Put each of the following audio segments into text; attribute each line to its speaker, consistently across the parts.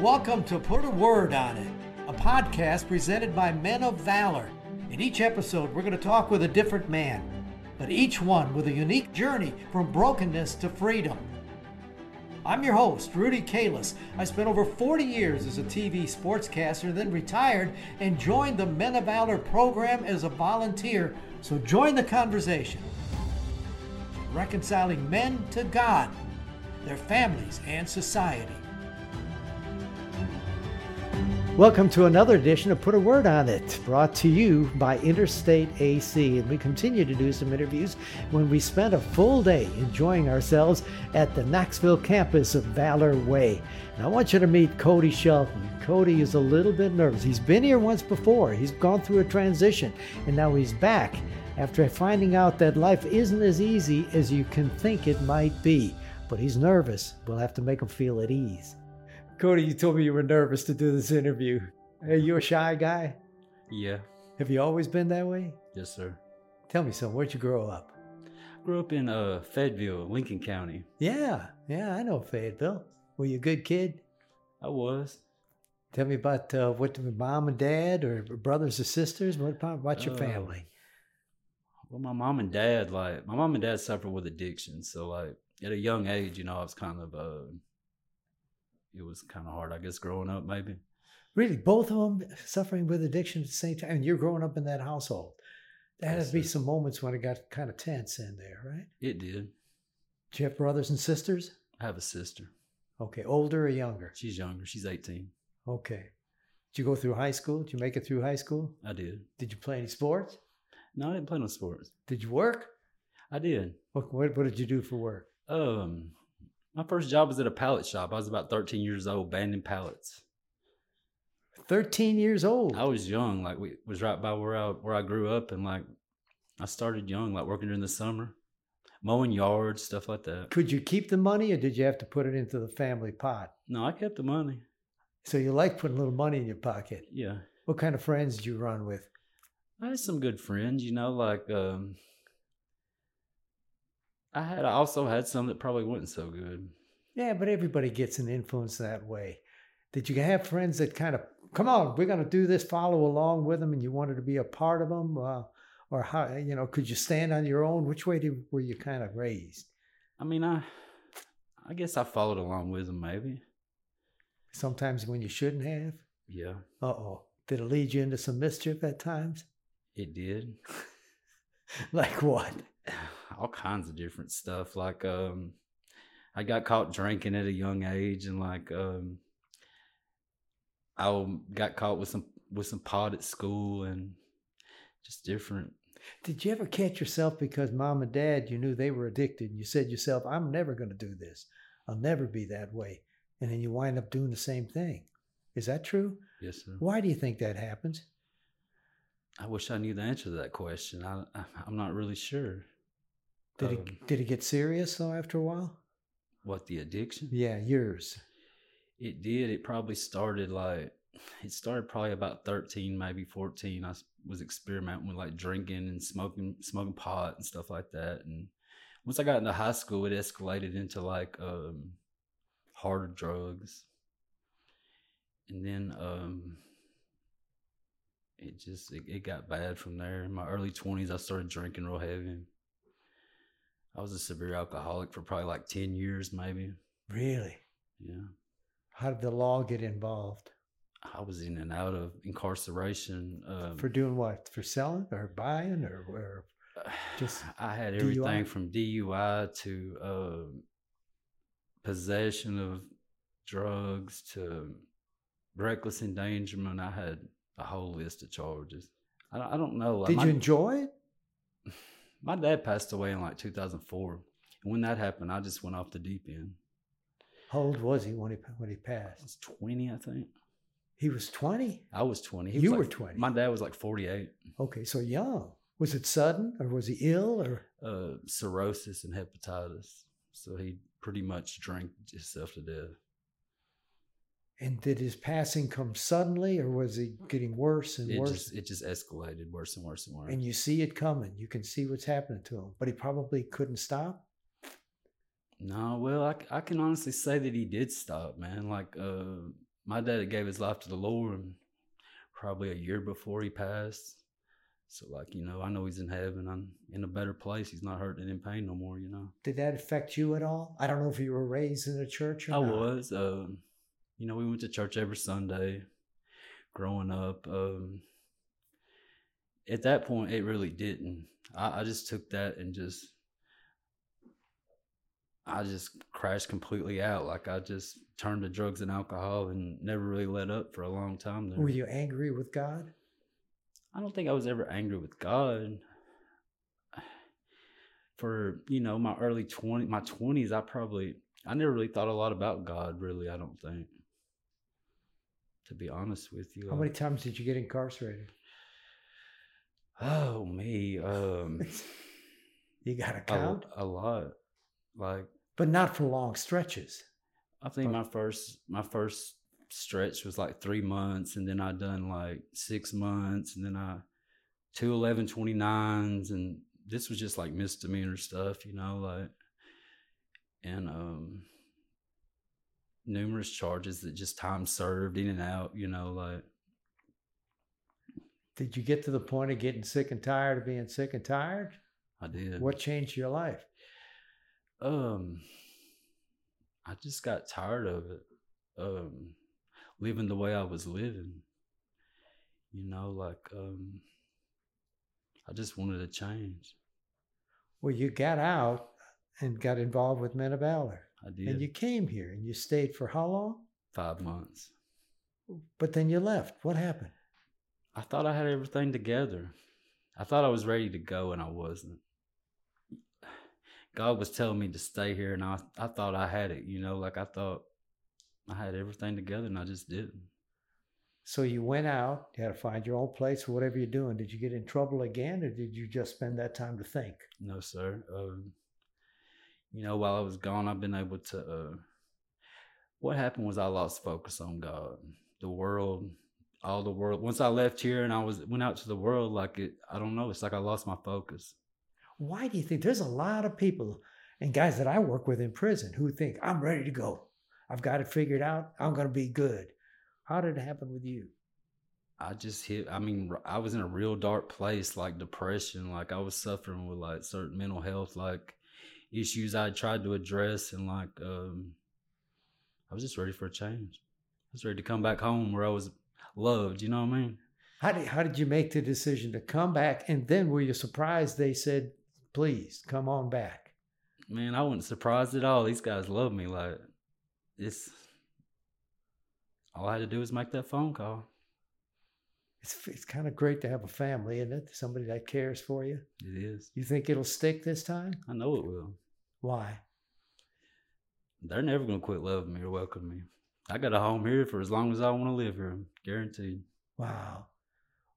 Speaker 1: Welcome to Put a Word on It, a podcast presented by Men of Valor. In each episode, we're going to talk with a different man, but each one with a unique journey from brokenness to freedom. I'm your host, Rudy Kalis. I spent over 40 years as a TV sportscaster, then retired and joined the Men of Valor program as a volunteer. So join the conversation. Reconciling men to God, their families, and society. Welcome to another edition of Put a Word on It, brought to you by Interstate AC. And we continue to do some interviews when we spent a full day enjoying ourselves at the Knoxville campus of Valor Way. And I want you to meet Cody Shelton. Cody is a little bit nervous. He's been here once before, he's gone through a transition, and now he's back after finding out that life isn't as easy as you can think it might be. But he's nervous. We'll have to make him feel at ease. Cody, you told me you were nervous to do this interview. Are you a shy guy?
Speaker 2: Yeah,
Speaker 1: Have you always been that way?
Speaker 2: yes, sir.
Speaker 1: Tell me something. Where'd you grow up?
Speaker 2: Grew up in uh, Fayetteville, Lincoln County.
Speaker 1: Yeah, yeah, I know Fayetteville. Were you a good kid?
Speaker 2: I was.
Speaker 1: Tell me about uh, what mom and dad or brothers or sisters. What about about your
Speaker 2: Uh,
Speaker 1: family?
Speaker 2: Well, my mom and dad, like, my mom and dad suffered with addiction. So, like, at a young age, you know, I was kind of, uh, it was kind of hard, I guess, growing up, maybe.
Speaker 1: Really, both of them suffering with addiction at the same time, and you're growing up in that household. There had
Speaker 2: Yes,
Speaker 1: to be
Speaker 2: sir.
Speaker 1: some moments when it got kind of tense in there, right?
Speaker 2: It did.
Speaker 1: Do you have brothers and sisters?
Speaker 2: I have a sister.
Speaker 1: Okay, older or younger?
Speaker 2: She's younger. She's 18.
Speaker 1: Okay. Did you go through high school? Did you make it through high school?
Speaker 2: I did.
Speaker 1: Did you play any sports?
Speaker 2: No, I didn't play no sports.
Speaker 1: Did you work?
Speaker 2: I did.
Speaker 1: What, what, what did you do for work?
Speaker 2: Um, my first job was at a pallet shop. I was about 13 years old, banding pallets.
Speaker 1: 13 years old.
Speaker 2: I was young, like we was right by where I where I grew up, and like I started young, like working during the summer, mowing yards, stuff like that.
Speaker 1: Could you keep the money or did you have to put it into the family pot?
Speaker 2: No, I kept the money.
Speaker 1: So you like putting a little money in your pocket.
Speaker 2: Yeah,
Speaker 1: What kind of friends did you run with?
Speaker 2: I had some good friends, you know. Like um, I had, I also had some that probably wasn't so good.
Speaker 1: Yeah, but everybody gets an influence that way. Did you have friends that kind of, come on, we're going to do this, follow along with them, and you wanted to be a part of them? Uh, or how, you know, could you stand on your own? Which way did, were you kind of raised?
Speaker 2: I mean, I, I guess I followed along with them, maybe.
Speaker 1: Sometimes when you shouldn't have?
Speaker 2: Yeah,
Speaker 1: Uh oh. Did it lead you into some mischief at times?
Speaker 2: it did.
Speaker 1: Like what?
Speaker 2: all kinds of different stuff. Like um I got caught drinking at a young age and like um I w- got caught with some with some pot at school and just different.
Speaker 1: Did you ever catch yourself because mom and dad, you knew they were addicted, and you said to yourself, I'm never going to do this. I'll never be that way. And then you wind up doing the same thing. Is that true?
Speaker 2: Yes, sir.
Speaker 1: Why do you think that happens?
Speaker 2: I wish I knew the answer to that question. I, I I'm not really sure.
Speaker 1: Did
Speaker 2: Um,
Speaker 1: it did it get serious though after a while?
Speaker 2: what the addiction?
Speaker 1: Yeah, yours.
Speaker 2: It did. It probably started like it started probably about 13, maybe 14. I s- was experimenting with like drinking and smoking smoking pot and stuff like that. And once I got into high school, it escalated into like um harder drugs. And then um it just it, it got bad from there. In my early 20s, I started drinking real heavy. I was a severe alcoholic for probably like 10 years maybe.
Speaker 1: Really?
Speaker 2: Yeah.
Speaker 1: How did the law get involved?
Speaker 2: I was in and out of incarceration. Um,
Speaker 1: For doing what? For selling or buying or, or just
Speaker 2: I had
Speaker 1: DUI?
Speaker 2: everything from DUI to um possession of drugs to reckless endangerment. I had a whole list of charges. I don't, I don't know. like,
Speaker 1: did
Speaker 2: my,
Speaker 1: you enjoy it?
Speaker 2: my dad passed away in like 2004, and when that happened, I just went off the deep end.
Speaker 1: How old was he when he when he
Speaker 2: I
Speaker 1: passed?
Speaker 2: was 20, I think.
Speaker 1: He was twenty.
Speaker 2: I was 20. He
Speaker 1: You
Speaker 2: was
Speaker 1: were
Speaker 2: like-
Speaker 1: 20.
Speaker 2: My dad was like 48.
Speaker 1: Okay, so young. Was it sudden or was he ill or
Speaker 2: uh, cirrhosis and hepatitis. So he pretty much drank himself to death.
Speaker 1: and did his passing come suddenly or was he getting worse and
Speaker 2: It
Speaker 1: worse?
Speaker 2: just it just escalated worse and worse and worse.
Speaker 1: and you see it coming. You can see what's happening to him. But he probably couldn't stop.
Speaker 2: no, well, I, c- I can honestly say that he did stop, man. Like uh, my dad had gave his life to the Lord and probably a year before he passed. So like, you know, I know he's in heaven. I'm in a better place. He's not hurting and in pain no more, you know.
Speaker 1: Did that affect you at all? I don't know if you were raised in a church or
Speaker 2: I
Speaker 1: not.
Speaker 2: was. Um, you know, we went to church every Sunday growing up. Um, at that point, it really didn't. I, I just took that and just, I just crashed completely out. Like I just turned to drugs and alcohol and never really let up for a long time. There.
Speaker 1: Were you angry with God?
Speaker 2: I don't think I was ever angry with God. For you know, my early twenty, my twenties, I probably I never really thought a lot about God. Really, I don't think. To be honest with you,
Speaker 1: How many times did you get incarcerated?
Speaker 2: oh me, um,
Speaker 1: You got to
Speaker 2: a,
Speaker 1: count,
Speaker 2: a lot. Like
Speaker 1: but not for long stretches.
Speaker 2: I think
Speaker 1: But-
Speaker 2: my first my first stretch was like three months, and then I done like six months, and then I two eleven twenty nines, and this was just like misdemeanor stuff, you know, like and um numerous charges that just time served in and out, you know, like
Speaker 1: Did you get to the point of getting sick and tired of being sick and tired?
Speaker 2: I did.
Speaker 1: What changed your life?
Speaker 2: Um, I just got tired of it. Um, living the way I was living. You know, like um, I just wanted to change.
Speaker 1: Well, you got out and got involved with Men of Valor,
Speaker 2: I did
Speaker 1: and you came here and you stayed for how long?
Speaker 2: five months.
Speaker 1: But then you left. What happened?
Speaker 2: I thought I had everything together. I thought I was ready to go, and I wasn't. God was telling me to stay here, and I I thought I had it. You know, like I thought I had everything together, and I just didn't.
Speaker 1: So you went out, you had to find your own place, whatever you're doing. Did you get in trouble again, or did you just spend that time to think?
Speaker 2: No, sir. Um, you know, while I was gone, I've been able to. Uh, what happened was I lost focus on God, the world, all the world. Once I left here and I was went out to the world, like it, I don't know. It's like I lost my focus.
Speaker 1: Why do you think there's a lot of people and guys that I work with in prison who think, I'm ready to go. I've got it figured out. I'm going to be good. How did it happen with you?
Speaker 2: I just hit. I mean, r- I was in a real dark place, like depression. Like I was suffering with like certain mental health, like issues I tried to address, and like um, I was just ready for a change. I was ready to come back home where I was loved. You know what I mean?
Speaker 1: How did, how did you make the decision to come back? And then were you surprised they said, please come on back?
Speaker 2: Man, I wasn't surprised at all. These guys love me. Like, it's all I had to do was make that phone call.
Speaker 1: It's, it's kind of great to have a family, isn't it? Somebody that cares for you.
Speaker 2: It is.
Speaker 1: You think it'll stick this time?
Speaker 2: I know it will.
Speaker 1: Why?
Speaker 2: They're never gonna quit loving me or welcoming me. I got a home here for as long as I want to live here, guaranteed.
Speaker 1: Wow.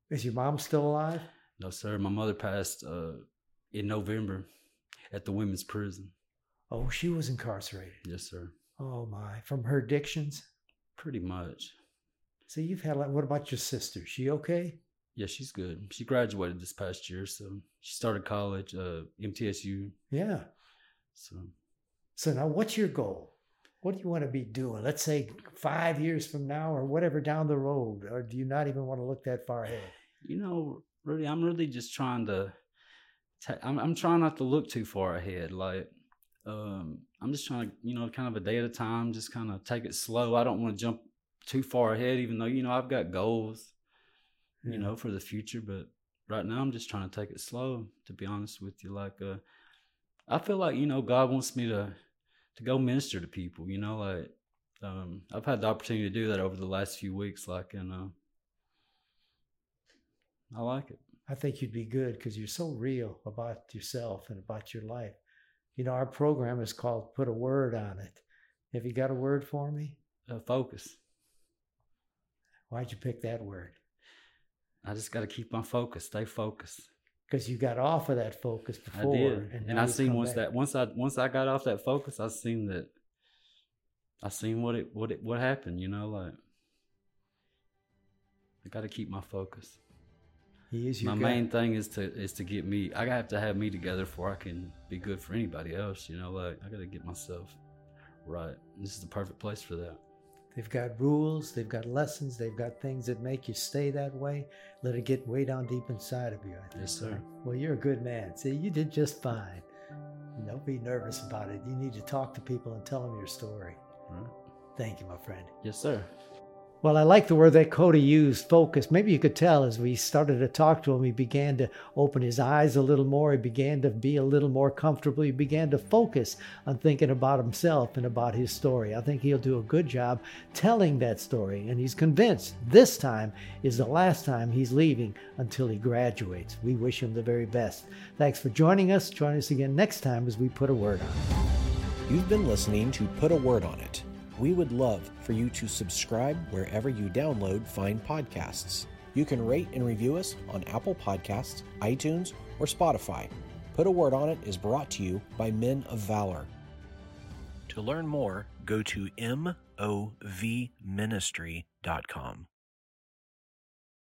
Speaker 1: Is your mom still alive?
Speaker 2: No, sir. My mother passed uh, in November at the women's prison.
Speaker 1: Oh, she was incarcerated.
Speaker 2: Yes, sir.
Speaker 1: Oh, my. From her addictions?
Speaker 2: Pretty much.
Speaker 1: So you've had like, what about your sister? She okay?
Speaker 2: Yeah, she's good. She graduated this past year, so she started college, uh, MTSU.
Speaker 1: Yeah.
Speaker 2: So
Speaker 1: So now what's your goal? What do you want to be doing? Let's say five years from now or whatever down the road, or do you not even want to look that far ahead?
Speaker 2: you know, really, I'm really just trying to. Ta- I'm I'm trying not to look too far ahead. Like, um, I'm just trying to, you know, kind of a day at a time. Just kind of take it slow. I don't want to jump too far ahead, even though you know I've got goals,
Speaker 1: Yeah.
Speaker 2: you know, for the future. But right now, I'm just trying to take it slow. To be honest with you, like, uh, I feel like you know God wants me to to go minister to people. You know, like. Um, I've had the opportunity to do that over the last few weeks, like, and uh, I like it.
Speaker 1: I think you'd be good because you're so real about yourself and about your life. You know, our program is called Put a Word on It. Have you got a word for me?
Speaker 2: uh, focus.
Speaker 1: Why'd you pick that word?
Speaker 2: I just got to keep my focus, stay focused.
Speaker 1: Because you got off of that focus before.
Speaker 2: I did, and,
Speaker 1: now
Speaker 2: I
Speaker 1: you've
Speaker 2: seen
Speaker 1: come
Speaker 2: once
Speaker 1: back.
Speaker 2: that once I once I got off that focus, I seen that. I seen what it what it what happened. You know, like I got to keep my focus.
Speaker 1: He is your
Speaker 2: my
Speaker 1: guy.
Speaker 2: main thing is to is to get me. I have to have me together before I can be good for anybody else. You know, like I got to get myself right. This is the perfect place for that.
Speaker 1: They've got rules, they've got lessons, they've got things that make you stay that way. Let it get way down deep inside of you. I think.
Speaker 2: Yes, sir.
Speaker 1: Well, you're a good man. See, you did just fine. Don't be nervous about it. You need to talk to people and tell them your story.
Speaker 2: Right.
Speaker 1: Thank you, my friend.
Speaker 2: Yes, sir.
Speaker 1: Well, I like the word that Cody used, focus. Maybe you could tell as we started to talk to him, he began to open his eyes a little more. He began to be a little more comfortable. He began to focus on thinking about himself and about his story. I think he'll do a good job telling that story. And he's convinced this time is the last time he's leaving until he graduates. We wish him the very best. Thanks for joining us. Join us again next time as we put a word on it.
Speaker 3: You've been listening to Put a Word on It. We would love for you to subscribe wherever you download fine podcasts. You can rate and review us on Apple Podcasts, iTunes, or Spotify. Put a Word on It is brought to you by Men of Valor. To learn more, go to movministry.com.